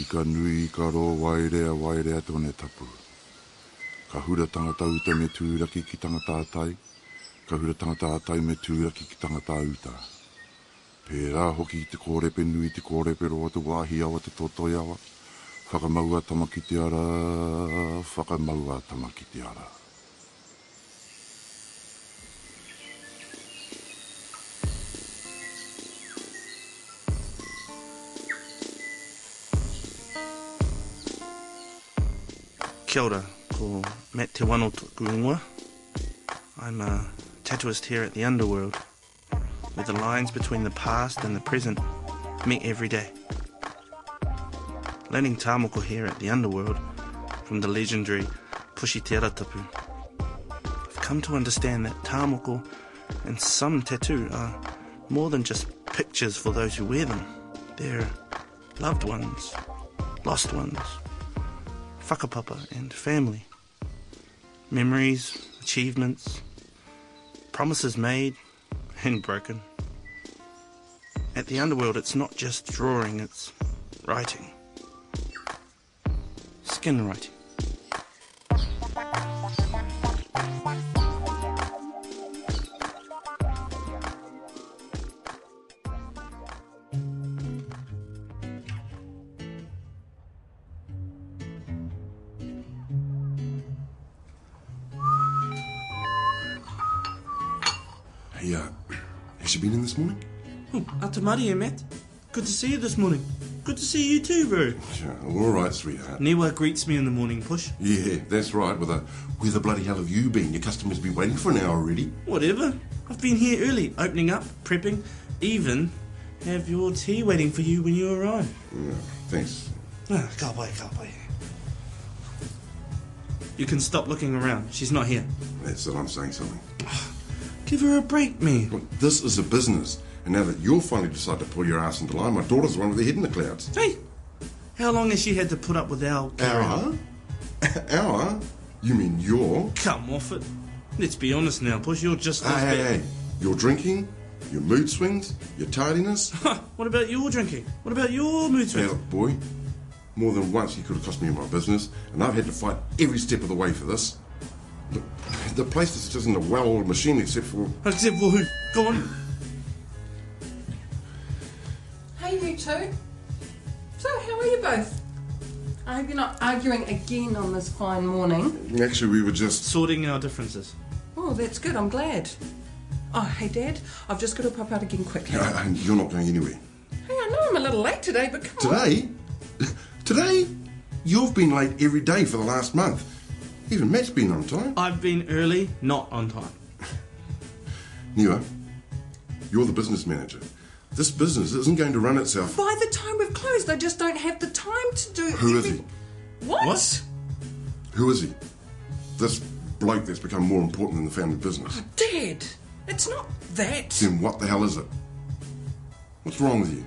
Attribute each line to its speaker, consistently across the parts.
Speaker 1: I ka nui i ka rō wairea wairea tōne tapu. Ka hura tangata uta me tūraki ki tangata atai, ka hura tangata atai me tūraki ki tangata uta. Pērā hoki i te kōrepe nui te kōrepe roa tu wāhi awa te tōtoi awa, whakamaua tamaki te ara, whakamaua tamaki te ara.
Speaker 2: Kia ora, ko Matt Te Wano Tukurunga. I'm a tattooist here at the Underworld, where the lines between the past and the present meet every day. Learning tāmoko here at the Underworld from the legendary Pushi Te Ratapu. I've come to understand that tāmoko and some tattoo are more than just pictures for those who wear them. They're loved ones, lost ones, whakapapa and family. Memories, achievements, promises made and broken. At the underworld, it's not just drawing, it's writing. Skin writing.
Speaker 3: Hey, uh, has she been in this morning?
Speaker 2: Oh, Atamari here, Matt. Good to see you this morning. Good to see you too, bro.
Speaker 3: Yeah, all right, sweetheart.
Speaker 2: Niwa greets me in the morning, push.
Speaker 3: Yeah, that's right. With a, where the bloody hell have you been? Your customer's been waiting for an hour already.
Speaker 2: Whatever. I've been here early, opening up, prepping, even have your tea waiting for you when you arrive.
Speaker 3: Yeah, thanks.
Speaker 2: Ah, go away, go away. You can stop looking around. She's not here.
Speaker 3: That's that I'm saying something.
Speaker 2: Give her a break, man.
Speaker 3: Look, this is a business, and now that you're finally decided to pull your ass into line, my daughter's the one with her head in the clouds.
Speaker 2: Hey, how long has she had to put up with our
Speaker 3: Hour? hour? You mean you're?
Speaker 2: Come off it. Let's be honest now, push. You're just.
Speaker 3: Hey, hey, hey. Your drinking, your mood swings, your tardiness.
Speaker 2: Huh, what about your drinking? What about your mood
Speaker 3: Hey,
Speaker 2: swings?
Speaker 3: look, boy. More than once, you could have cost me my business, and I've had to fight every step of the way for this. Look, the place is just in a well-oiled machine, except for
Speaker 2: Except for who? Go on.
Speaker 4: Hey, you two. So, how are you both? I hope you're not arguing again on this fine morning.
Speaker 3: actually we were just.
Speaker 2: Sorting our differences.
Speaker 4: Oh, that's good. I'm glad. Oh, hey, Dad. I've just got to pop out again quickly. hey,
Speaker 3: Uh, you're not going anywhere
Speaker 4: I know I'm a little late today, but come on.
Speaker 3: today. Today, you've been late every day for the last month. Even Matt's been on time.
Speaker 2: I've been early, not on time.
Speaker 3: Newer, you're the business manager. This business isn't going to run itself.
Speaker 4: By the time we've closed, I just don't have the time to do.
Speaker 3: Who is
Speaker 4: every-
Speaker 3: he?
Speaker 4: What?
Speaker 2: What?
Speaker 3: Who is he? This bloke that's become more important than the family business.
Speaker 4: Dad, it's not that.
Speaker 3: Then what the hell is it? What's wrong with you?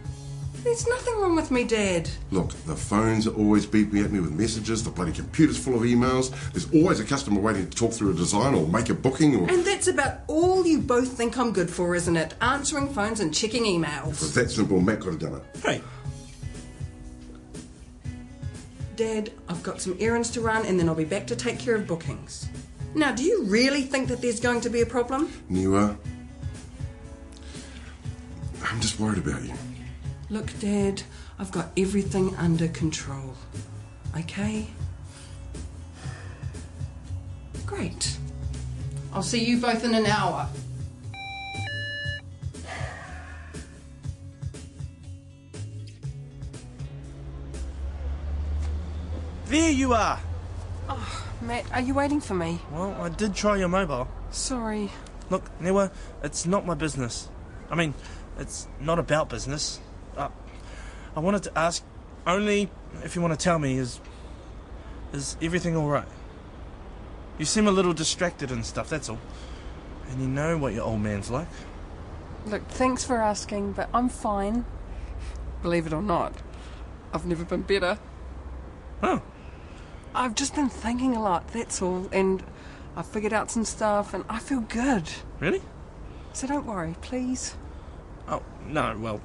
Speaker 4: There's nothing wrong with me, Dad.
Speaker 3: Look, the phones are always beeping at me with messages, the bloody computer's full of emails, there's always a customer waiting to talk through a design or make a booking or.
Speaker 4: And that's about all you both think I'm good for, isn't it? Answering phones and checking
Speaker 3: If
Speaker 4: emails.
Speaker 3: that simple, Matt could have done it.
Speaker 2: Hey,
Speaker 4: Dad, I've got some errands to run and then I'll be back to take care of bookings. Now, do you really think that there's going to be a problem?
Speaker 3: Niwa, I'm just worried about you.
Speaker 4: Look, Dad, I've got everything under control. Okay? Great. I'll see you both in an hour.
Speaker 2: there you are.
Speaker 4: Matt, are you waiting for me?
Speaker 2: Well, I did try your mobile.
Speaker 4: Sorry.
Speaker 2: Look, Newa, it's not my business. I mean, it's not about business. Uh, I wanted to ask only if you want to tell me is is everything all right? You seem a little distracted and stuff. That's all. And you know what your old man's like.
Speaker 4: Look, thanks for asking, but I'm fine. Believe it or not, I've never been better.
Speaker 2: Oh,
Speaker 4: I've just been thinking a lot, that's all, and I've figured out some stuff and I feel good.
Speaker 2: really?
Speaker 4: So don't worry, please.
Speaker 2: Oh no. Well,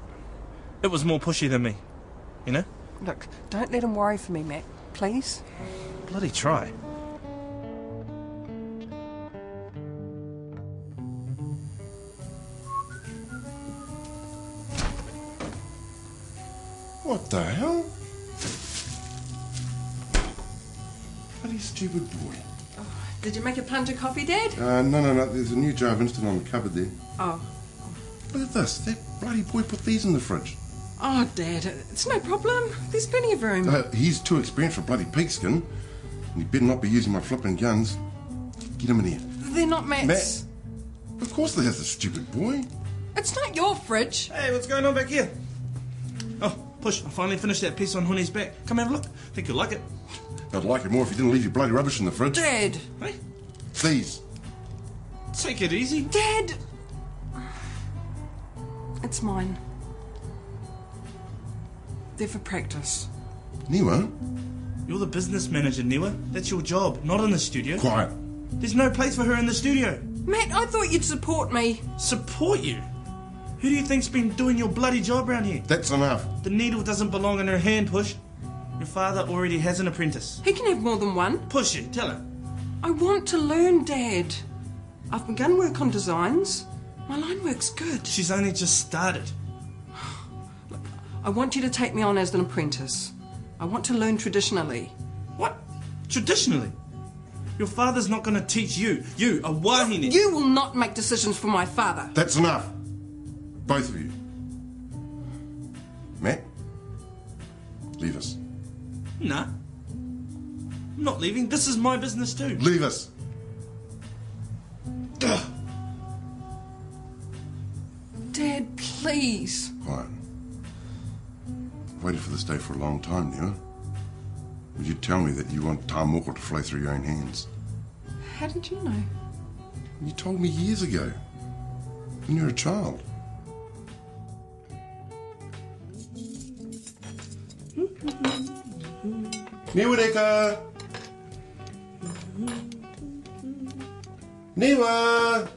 Speaker 2: it was more pushy than me. You know.
Speaker 4: Look, don't let him worry for me, Mac. Please?
Speaker 2: Bloody try.
Speaker 3: What the hell? Bloody stupid boy.
Speaker 4: Did you make a plunge of coffee, Dad?
Speaker 3: Uh, no, no, no. There's a new jar of instant on the cupboard there.
Speaker 4: Oh.
Speaker 3: Look at this. That bloody boy put these in the fridge.
Speaker 4: Oh, Dad, it's no problem. There's plenty of room.
Speaker 3: Uh, he's too experienced for bloody pigskin. And he better not be using my flipping guns. Get him in here.
Speaker 4: They're not Matt's.
Speaker 3: Of course they have the stupid boy.
Speaker 4: It's not your fridge.
Speaker 2: Hey, what's going on back here? Oh, push. I finally finished that piece on Honey's back. Come have a look. Think you'll like it.
Speaker 3: I'd like it more if you didn't leave your bloody rubbish in the fridge.
Speaker 4: Dad.
Speaker 2: Hey,
Speaker 3: These.
Speaker 2: take it easy.
Speaker 4: Dad. It's mine. They're for practice.
Speaker 3: Niwa,
Speaker 2: You're the business manager, Niwa. That's your job, not in the studio.
Speaker 3: quiet.
Speaker 2: There's no place for her in the studio.
Speaker 4: Matt, I thought you'd support me.
Speaker 2: Support you? Who do you think's been doing your bloody job around here?
Speaker 3: That's enough.
Speaker 2: The needle doesn't belong in her hand, Push. Your father already has an apprentice.
Speaker 4: He can have more than one.
Speaker 2: Push it, tell her.
Speaker 4: I want to learn, Dad. I've begun work on designs. My line work's good.
Speaker 2: She's only just started.
Speaker 4: I want you to take me on as an apprentice. I want to learn traditionally.
Speaker 2: What? Traditionally? Your father's not gonna teach you. You, a wahine.
Speaker 4: You will not make decisions for my father.
Speaker 3: That's enough. Both of you. Matt, leave us.
Speaker 2: Nah. I'm not leaving. This is my business too.
Speaker 3: Leave us. Ugh.
Speaker 4: Dad, please.
Speaker 3: Quiet. I've waited for this day for a long time, Newa. Would you tell me that you want Tamoko to flow through your own hands?
Speaker 4: How did you know?
Speaker 3: You told me years ago. When you were a child. Niwadeka! Niwa!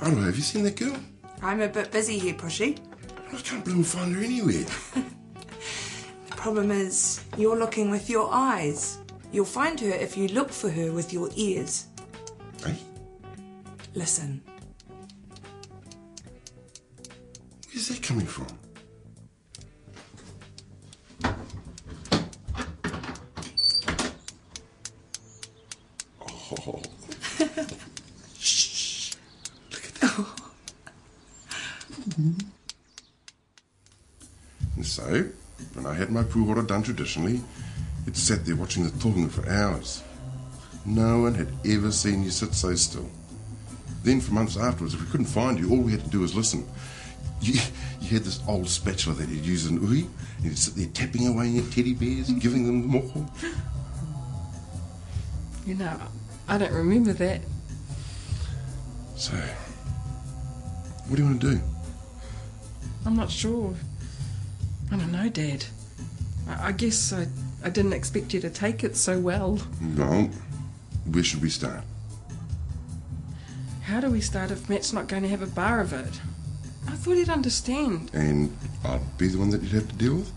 Speaker 3: Arlo, have you seen that girl?
Speaker 5: I'm a bit busy here, Pushy.
Speaker 3: I can't bloom find her anywhere.
Speaker 5: The problem is, you're looking with your eyes. You'll find her if you look for her with your ears.
Speaker 3: Eh?
Speaker 5: Listen,
Speaker 3: Where's that coming from? Oh. Shh. Look at that. and so, when I had my puhora done traditionally, it sat there watching the tonga for hours. No one had ever seen you sit so still. Then, for months afterwards, if we couldn't find you, all we had to do was listen. You, you had this old spatula that you'd use in uhi, and you'd sit there tapping away at teddy bears, giving them the moko.
Speaker 4: You know, I don't remember that.
Speaker 3: So, what do you want to do?
Speaker 4: I'm not sure. I don't know, Dad. I, I guess I, I didn't expect you to take it so well.
Speaker 3: Well, where should we start?
Speaker 4: How do we start if Matt's not going to have a bar of it? I thought he'd understand.
Speaker 3: And I'd be the one that you'd have to deal with?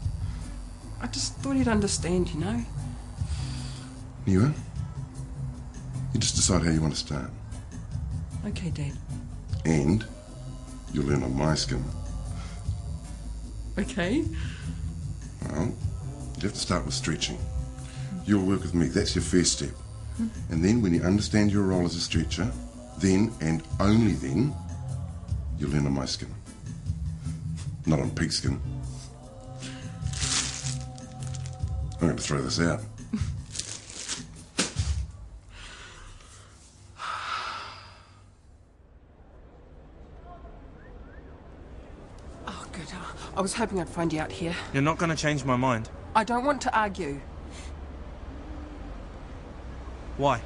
Speaker 4: I just thought he'd understand, you know.
Speaker 3: Newer? You just decide how you want to start.
Speaker 4: Okay, Dad.
Speaker 3: And you'll learn on my skin.
Speaker 4: Okay.
Speaker 3: Well, you have to start with stretching. You'll work with me. That's your first step. And then, when you understand your role as a stretcher, then and only then, you'll learn on my skin. Not on pigskin. I'm going to throw this out.
Speaker 4: Oh, good. I was hoping I'd find you out here.
Speaker 2: You're not gonna change my mind.
Speaker 4: I don't want to argue.
Speaker 2: Why?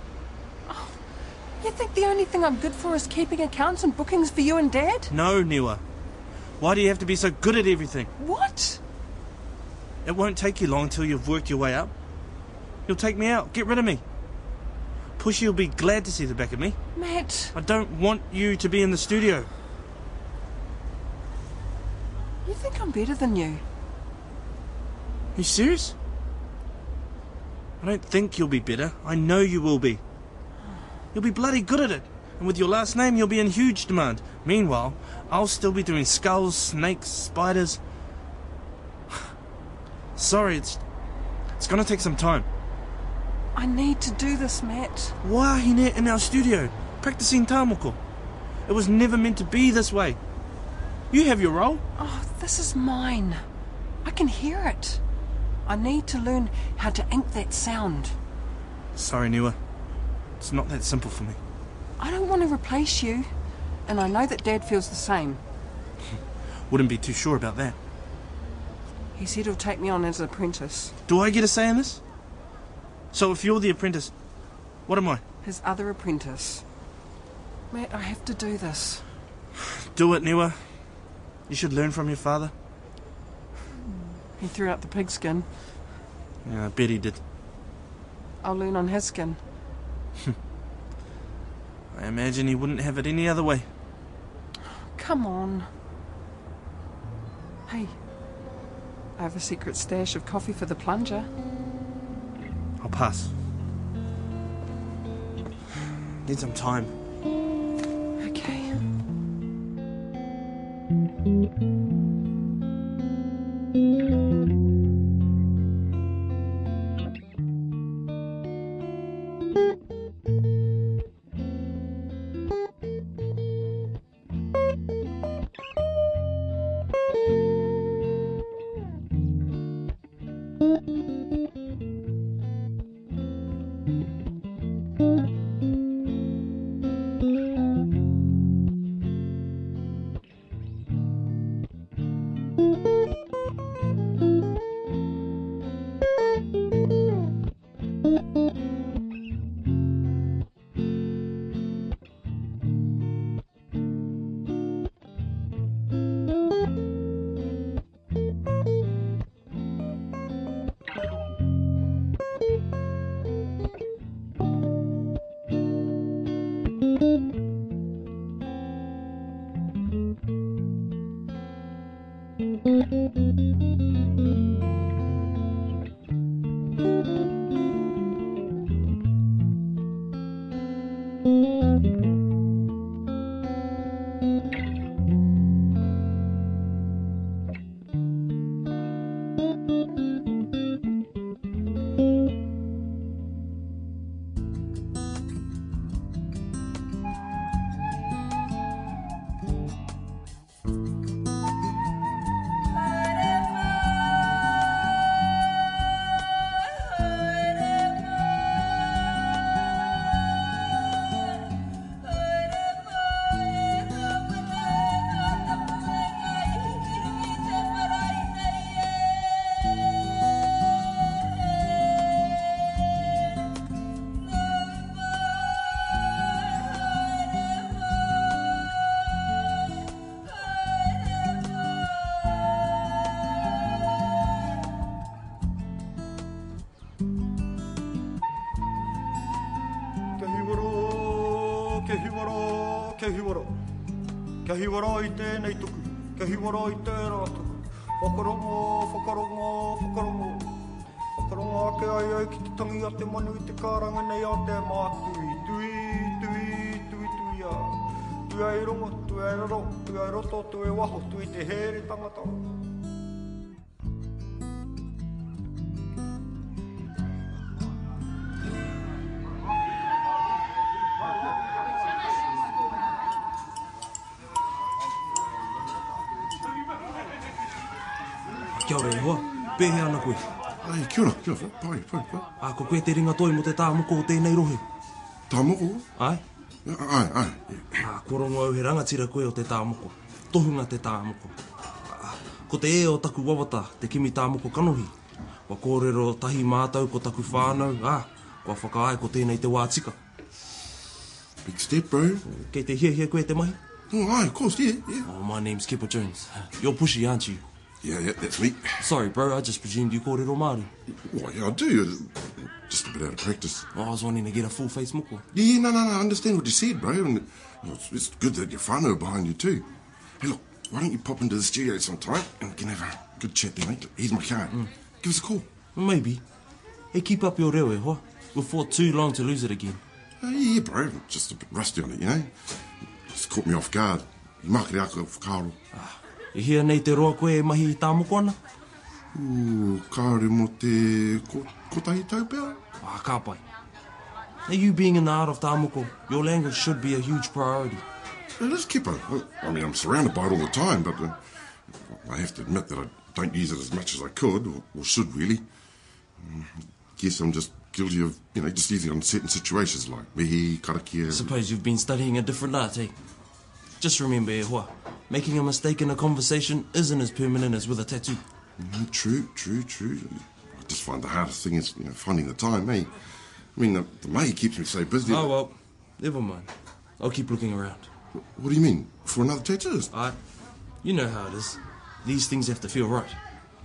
Speaker 4: You think the only thing I'm good for is keeping accounts and bookings for you and Dad?
Speaker 2: No, Niwa. Why do you have to be so good at everything?
Speaker 4: What?
Speaker 2: It won't take you long till you've worked your way up. You'll take me out. Get rid of me. Pushy will be glad to see the back of me.
Speaker 4: Matt,
Speaker 2: I don't want you to be in the studio.
Speaker 4: you think I'm better than you.
Speaker 2: You serious? I don't think you'll be better. I know you will be. You'll be bloody good at it. And with your last name, you'll be in huge demand. Meanwhile, I'll still be doing skulls, snakes, spiders. Sorry, it's. It's gonna take some time.
Speaker 4: I need to do this, Matt.
Speaker 2: Wahine in our studio, practicing tamoko. It was never meant to be this way. You have your role.
Speaker 4: Oh, this is mine. I can hear it. I need to learn how to ink that sound.
Speaker 2: Sorry, Niwa. It's not that simple for me.
Speaker 4: I don't want to replace you, and I know that Dad feels the same.
Speaker 2: Wouldn't be too sure about that.
Speaker 4: He said he'll take me on as an apprentice,
Speaker 2: Do I get a say in this? So if you're the apprentice, what am I?
Speaker 4: his other apprentice. Matt, I have to do this.
Speaker 2: Do it, Niwa. You should learn from your father.
Speaker 4: He threw out the pigskin.
Speaker 2: Yeah, I bet he did.
Speaker 4: I'll learn on his skin.
Speaker 2: I imagine he wouldn't have it any other way.
Speaker 4: Come on. Hey, I have a secret stash of coffee for the plunger.
Speaker 2: I'll pass. Need some time.
Speaker 4: Okay.
Speaker 6: Ke hiwaro, ke hiwaro, ke hiwaro. Ke hiwaro i tēnei tuku, ke hiwaro i tērā tuku. Whakarongo, whakarongo, whakarongo. Whakarongo ake ai au ki te tangi a te manu i te kāranga nei a te mātui. Tui, tui, tui, tui a. Tui ai rongo, tui ai roro, tui ai roto, tui ai waho, tui te here tangata.
Speaker 7: Kia ora iho, pēhe ana koe.
Speaker 3: Ai, kia ora, kia ora. Pai, pai, pai.
Speaker 7: A ko koe te ringa toi mo te tāmoko o tēnei rohe.
Speaker 3: Tamoko?
Speaker 7: Ai?
Speaker 3: Ai, ai.
Speaker 7: A korongo au he rangatira koe o te tāmoko. Tohunga te tāmoko. Ah, Ko te e o taku wawata, te kimi tāmoko kanohi. Wa kōrero tahi mātau ko taku whānau, ā, kua whakaai ko tēnei te wātika.
Speaker 3: Big step, bro.
Speaker 7: Kei te hia hia koe te mahi?
Speaker 3: Oh, aye, of course, yeah, yeah.
Speaker 7: Oh, my name's Kipper Jones. You're pushy, aren't you?
Speaker 3: Yeah, yeah, that's me.
Speaker 7: Sorry, bro, I just presumed you kōrero Māori.
Speaker 3: Well, yeah, I do. Just a bit out of practice.
Speaker 7: I was wanting to get a full face moko.
Speaker 3: Yeah, yeah, no, no, no, I understand what you said, bro. And well, it's, it's good that your whānau are behind you, too. Hey, look, why don't you pop into the studio sometime and we can have a good chat there, mate? Here's my card. Good Give us a call.
Speaker 7: Maybe. Hey, keep up your reo, eh, hoa? We've fought too long to lose it again.
Speaker 3: Oh, yeah, bro. I'm Just a bit rusty on it, you know? Just caught me off guard. You mark it out for Karo.
Speaker 7: E hea nei te roa koe e mahi i tāmoko ana?
Speaker 3: Ooh, Karo mo te eh, ko, kotahi tau pēra?
Speaker 7: Ah, ka pai. Now, you being in the art of Tamoko, your language should be a huge priority.
Speaker 3: It is Kipper. I mean, I'm surrounded by it all the time, but uh, I have to admit that I don't use it as much as I could, or, or should really. Mm, Guess I'm just guilty of, you know, just using it in certain situations like mihi, karakia.
Speaker 7: Suppose you've been studying a different art, eh? Just remember, e hoa, making a mistake in a conversation isn't as permanent as with a tattoo.
Speaker 3: Mm, True, true, true. I just find the hardest thing is, you know, finding the time, eh? I mean, the, the mahi keeps me so busy.
Speaker 7: Oh, well, never mind. I'll keep looking around.
Speaker 3: What do you mean? For another tattooist?
Speaker 7: I, you know how it is. These things have to feel right.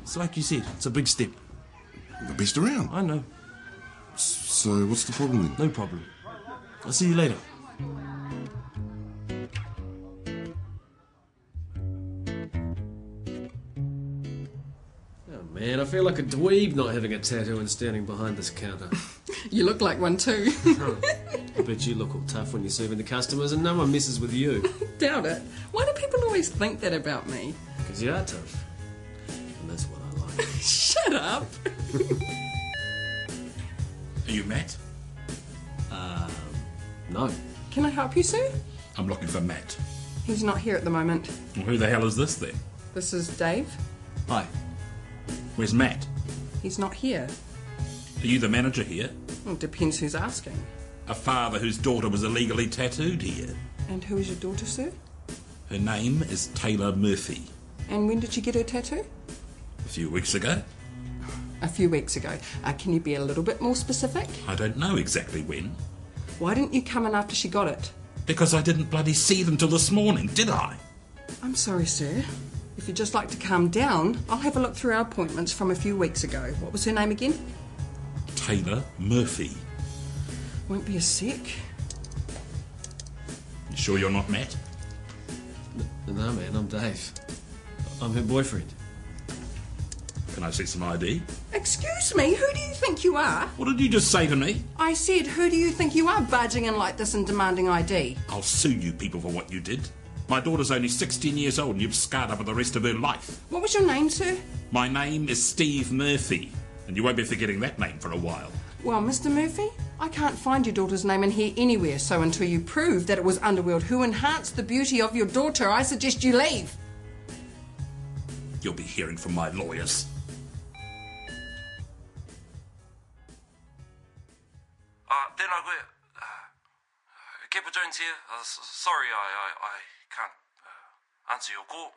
Speaker 7: It's like you said, it's a big step.
Speaker 3: The best around.
Speaker 7: I know,
Speaker 3: So what's the problem then?
Speaker 7: no problem. I'll see you later.
Speaker 8: Oh, man, I feel like a dweeb not having a tattoo and standing behind this counter.
Speaker 4: You look like one too.
Speaker 8: I bet you look all tough when you're serving the customers and no one messes with you.
Speaker 4: Doubt it. Why do people always think that about me?
Speaker 8: Because you are tough. And that's what I like.
Speaker 4: Shut up.
Speaker 9: Are you Matt?
Speaker 8: No.
Speaker 4: Can I help you, sir?
Speaker 9: I'm looking for Matt.
Speaker 4: He's not here at the moment.
Speaker 9: Well, who the hell is this then?
Speaker 4: This is Dave.
Speaker 9: Hi. Where's Matt?
Speaker 4: He's not here.
Speaker 9: Are you the manager here?
Speaker 4: Well, depends who's asking.
Speaker 9: A father whose daughter was illegally tattooed here.
Speaker 4: And who is your daughter, sir?
Speaker 9: Her name is Taylor Murphy.
Speaker 4: And when did you get her tattoo?
Speaker 9: A few weeks ago,
Speaker 4: A few weeks ago. Uh, can you be a little bit more specific?
Speaker 9: I don't know exactly when,
Speaker 4: Why didn't you come in after she got it?
Speaker 9: because I didn't bloody see them till this morning, did I?
Speaker 4: I'm sorry, sir. If you'd just like to calm down, I'll have a look through our appointments from a few weeks ago. What was her name again?
Speaker 9: Taylor Murphy.
Speaker 4: Won't be a sec.
Speaker 9: You sure you're not Matt?
Speaker 8: No, man, I'm Dave. I'm her boyfriend.
Speaker 9: Can I see some ID?
Speaker 4: Excuse me, who do you think you are?
Speaker 9: What did you just say to me?
Speaker 4: I said, who do you think you are barging in like this and demanding ID?
Speaker 9: I'll sue you people for what you did. My daughter's only 16 years old and you've scarred her for the rest of her life.
Speaker 4: What was your name, sir?
Speaker 9: My name is Steve Murphy, and you won't be forgetting that name for a while.
Speaker 4: Well, Mr. Murphy, I can't find your daughter's name in here anywhere, so until you prove that it was Underworld who enhanced the beauty of your daughter, I suggest you leave.
Speaker 9: You'll be hearing from my lawyers.
Speaker 10: Uh, tēnā koe. Uh, Kepa Jones here. Uh, s- sorry, I, I, I can't uh, answer your call.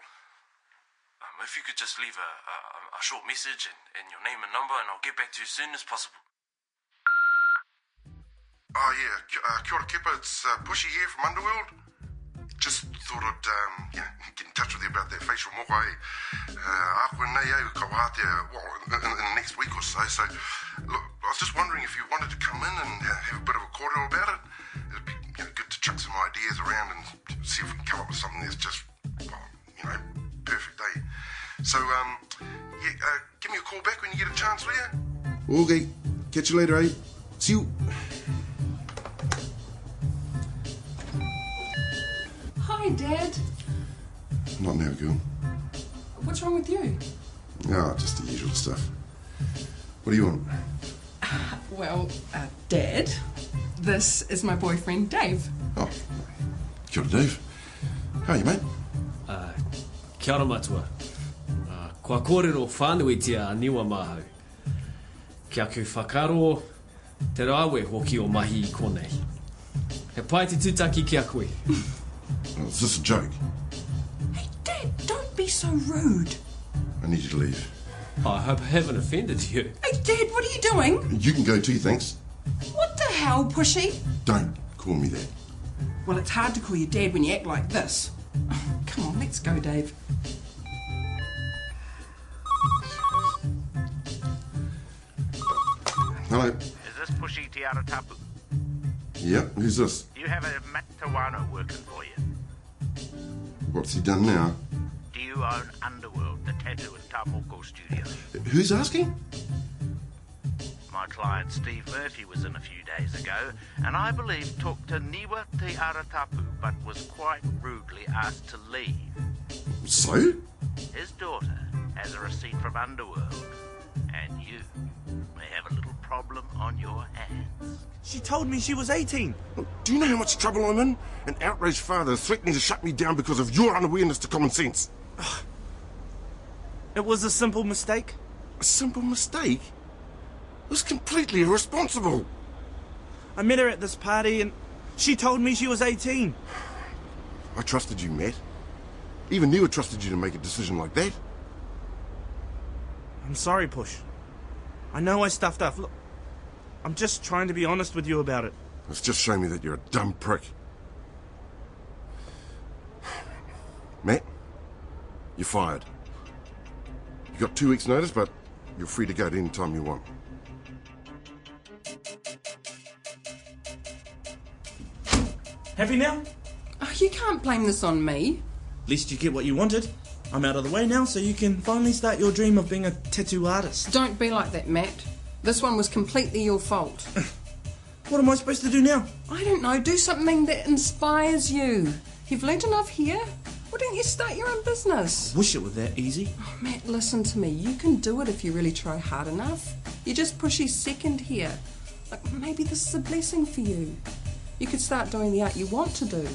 Speaker 10: Um, if you could just leave a, a, a short message and, and your name and number, and I'll get back to you as soon as possible.
Speaker 3: Oh, yeah. Ki- Uh, kia ora, Kipper. It's uh, Pushy here from Underworld. Just thought I'd um, yeah, get in touch with you about that facial mokai. Uh, a koe nei au ka wātea well, in, in, in the next week or so. So, look, I was just wondering if you wanted to come in and uh, have a bit of a cordial about it. It'd be you know, good to chuck some ideas around and see if we can come up with something that's just, well, you know, perfect, eh? So, um, yeah, uh, give me a call back when you get a chance, will you? Okay. Catch you later, eh? See you.
Speaker 4: Hi, Dad.
Speaker 3: Not now, girl.
Speaker 4: What's wrong with you?
Speaker 3: Ah, just the usual stuff. What do you want?
Speaker 4: Well, uh, Dad, this is my boyfriend, Dave.
Speaker 3: Oh, kia ora, Dave. How are you, mate?
Speaker 8: Kia ora matua. Uh, kua kōrero whānui te a niwa māhau. Kia ku whakaro te rāwe hoki o mahi i konei. He pai te tūtaki kia koe.
Speaker 3: Oh, is this a joke?
Speaker 5: Hey, Dad, don't be so rude.
Speaker 3: I need you to leave.
Speaker 8: I hope I haven't offended you.
Speaker 5: Hey, Dad, what are you doing?
Speaker 3: You can go too, thanks.
Speaker 5: What the hell, Pushy?
Speaker 3: Don't call me that.
Speaker 4: Well, it's hard to call you Dad when you act like this. Come on, let's go, Dave.
Speaker 3: Hello.
Speaker 11: Is this Pushy Tiara Tapu?
Speaker 3: Yeah, who's this?
Speaker 11: You have a Matt Tawano working for you.
Speaker 3: What's he done now?
Speaker 12: Do you own Underworld, the tattoo and Tamoko studio?
Speaker 3: Who's asking?
Speaker 12: My client Steve Murphy was in a few days ago, and I believe talked to Niwa Te Aratapu, but was quite rudely asked to leave.
Speaker 3: So?
Speaker 12: His daughter has a receipt from Underworld, and you may have a little problem on your hands.
Speaker 2: She told me she was 18.
Speaker 3: Do you know how much trouble I'm in? An outraged father is threatening to shut me down because of your unawareness to common sense.
Speaker 2: It was a simple mistake.
Speaker 3: A simple mistake? It was completely irresponsible.
Speaker 2: I met her at this party and she told me she was 18.
Speaker 3: I trusted you, Matt. Even you had trusted you to make a decision like that.
Speaker 2: I'm sorry, Push. I know I stuffed up. Look, I'm just trying to be honest with you about it.
Speaker 3: It's just showing me that you're a dumb prick. Matt, you're fired. You got two weeks' notice, but you're free to go at any time you want.
Speaker 2: Happy now?
Speaker 4: Oh, you can't blame this on me.
Speaker 2: At least you get what you wanted. I'm out of the way now, so you can finally start your dream of being a tattoo artist.
Speaker 4: Don't be like that, Matt. This one was completely your fault.
Speaker 2: what am I supposed to do now?
Speaker 4: I don't know. Do something that inspires you. You've learnt enough here. Why don't you start your own business?
Speaker 2: Wish it were that easy.
Speaker 4: Matt, listen to me. You can do it if you really try hard enough. You're just pushy second here. Like, maybe this is a blessing for you. You could start doing the art you want to do.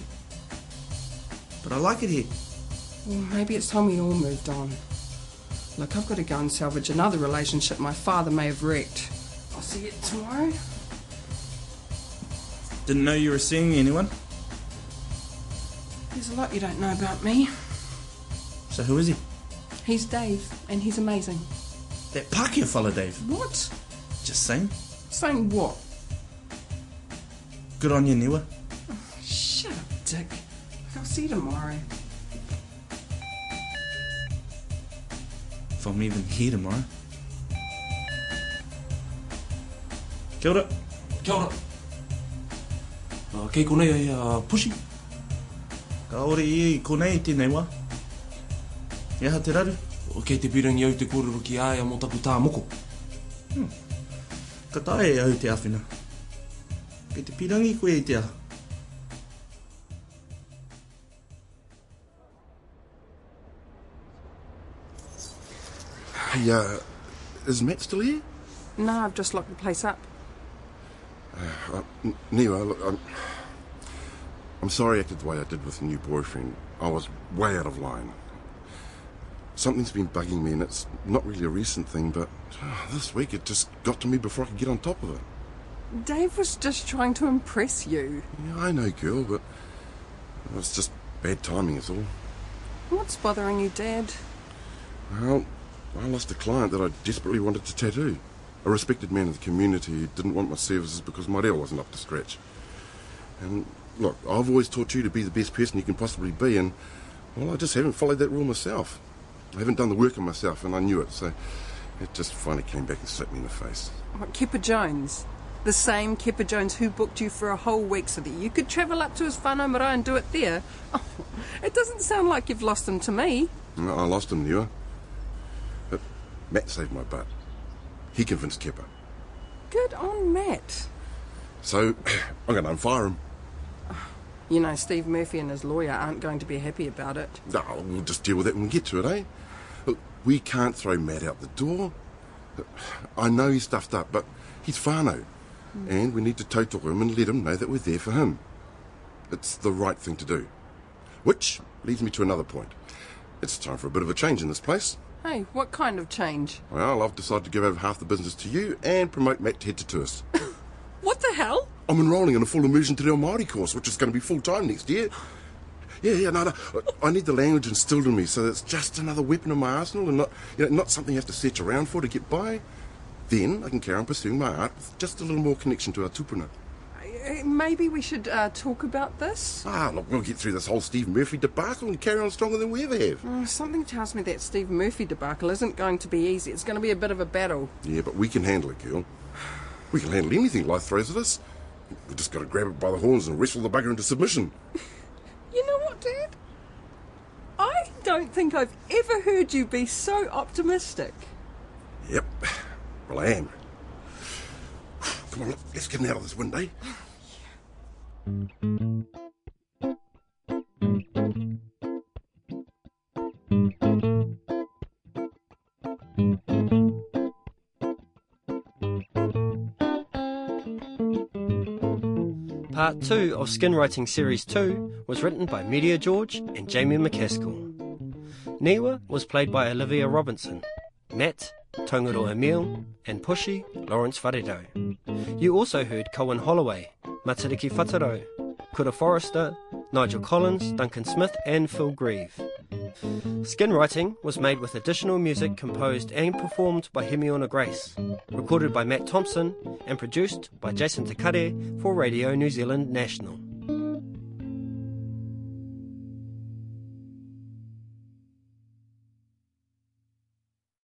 Speaker 2: But I like it here.
Speaker 4: Or maybe it's time we all moved on. Look, I've got to go and salvage another relationship my father may have wrecked. I'll see you tomorrow.
Speaker 2: Didn't know you were seeing anyone.
Speaker 4: There's a lot you don't know about me.
Speaker 2: So who is he?
Speaker 4: He's Dave, and he's amazing.
Speaker 2: That Pākehā fella, Dave.
Speaker 4: What?
Speaker 2: Just saying.
Speaker 4: Saying what?
Speaker 2: Good on you, Niwa.
Speaker 4: Shut up, Dick. I'll see you tomorrow.
Speaker 2: If I'm even here tomorrow. Kia ora.
Speaker 13: Kia ora.
Speaker 7: Uh, kei konei ai uh, pushi.
Speaker 2: Ka ore i konei i tēnei wā. Ia te raru.
Speaker 7: O kei te pirangi au te kōrero ki aia mō taku tā moko.
Speaker 2: Ka tae au te awhina. Kei te pirangi koe i te aha.
Speaker 3: Hey, uh, is Matt still here?
Speaker 4: No, I've just locked the place up.
Speaker 3: Uh, N- Niwa, look, I'm, I'm sorry I acted the way I did with the new boyfriend. I was way out of line. Something's been bugging me, and it's not really a recent thing, but uh, this week it just got to me before I could get on top of it.
Speaker 4: Dave was just trying to impress you.
Speaker 3: Yeah, I know, girl, but it's just bad timing, is all.
Speaker 4: What's bothering you, Dad?
Speaker 3: Well, I lost a client that I desperately wanted to tattoo. A respected man in the community who didn't want my services because my deal wasn't up to scratch. And look, I've always taught you to be the best person you can possibly be, and well, I just haven't followed that rule myself. I haven't done the work on myself, and I knew it, so it just finally came back and slapped me in the face.
Speaker 4: What, Kipper Jones? The same Kipper Jones who booked you for a whole week so that you could travel up to his whānau marae and do it there? Oh, it doesn't sound like you've lost him to me.
Speaker 3: And I lost him, knew I? But Matt saved my butt. He convinced Kipper.
Speaker 4: Good on Matt.
Speaker 3: So I'm going to unfire him.
Speaker 4: You know, Steve Murphy and his lawyer aren't going to be happy about it.
Speaker 3: No, we'll just deal with it when we get to it, eh? Look, we can't throw Matt out the door. I know he's stuffed up, but he's Fano, and we need to total him and let him know that we're there for him. It's the right thing to do. Which leads me to another point. It's time for a bit of a change in this place.
Speaker 4: Hey, what kind of change?
Speaker 3: Well, I've decided to give over half the business to you and promote Matt to head to tourist.
Speaker 4: What the hell?
Speaker 3: I'm enrolling in a full immersion to the Māori course, which is going to be full time next year. Yeah, yeah, no, no. I need the language instilled in me, so that's just another weapon in my arsenal, and not, you know, not something you have to search around for to get by. Then I can carry on pursuing my art with just a little more connection to our tupuna.
Speaker 4: Uh, Maybe we should uh, talk about this?
Speaker 3: Ah, look, we'll get through this whole Steve Murphy debacle and carry on stronger than we ever have.
Speaker 4: Mm, something tells me that Steve Murphy debacle isn't going to be easy. It's going to be a bit of a battle.
Speaker 3: Yeah, but we can handle it, girl. We can handle anything life throws at us. We just got to grab it by the horns and wrestle the bugger into submission.
Speaker 4: You know what, Dad? I don't think I've ever heard you be so optimistic.
Speaker 3: Yep. Well, I am. Come on, look, let's get him out of this window.
Speaker 6: Part 2 of Skinwriting Series 2 was written by Media George and Jamie McCaskill. Niwa was played by Olivia Robinson, Matt, Tongaro Emil, and Pushy, Lawrence Farrido. You also heard Cohen Holloway, Matariki Fataro, Kura Forrester, Nigel Collins, Duncan Smith, and Phil Grieve. Skinwriting was made with additional music composed and performed by Hemiona Grace, recorded by Matt Thompson, and produced by Jason Takare for Radio New Zealand National.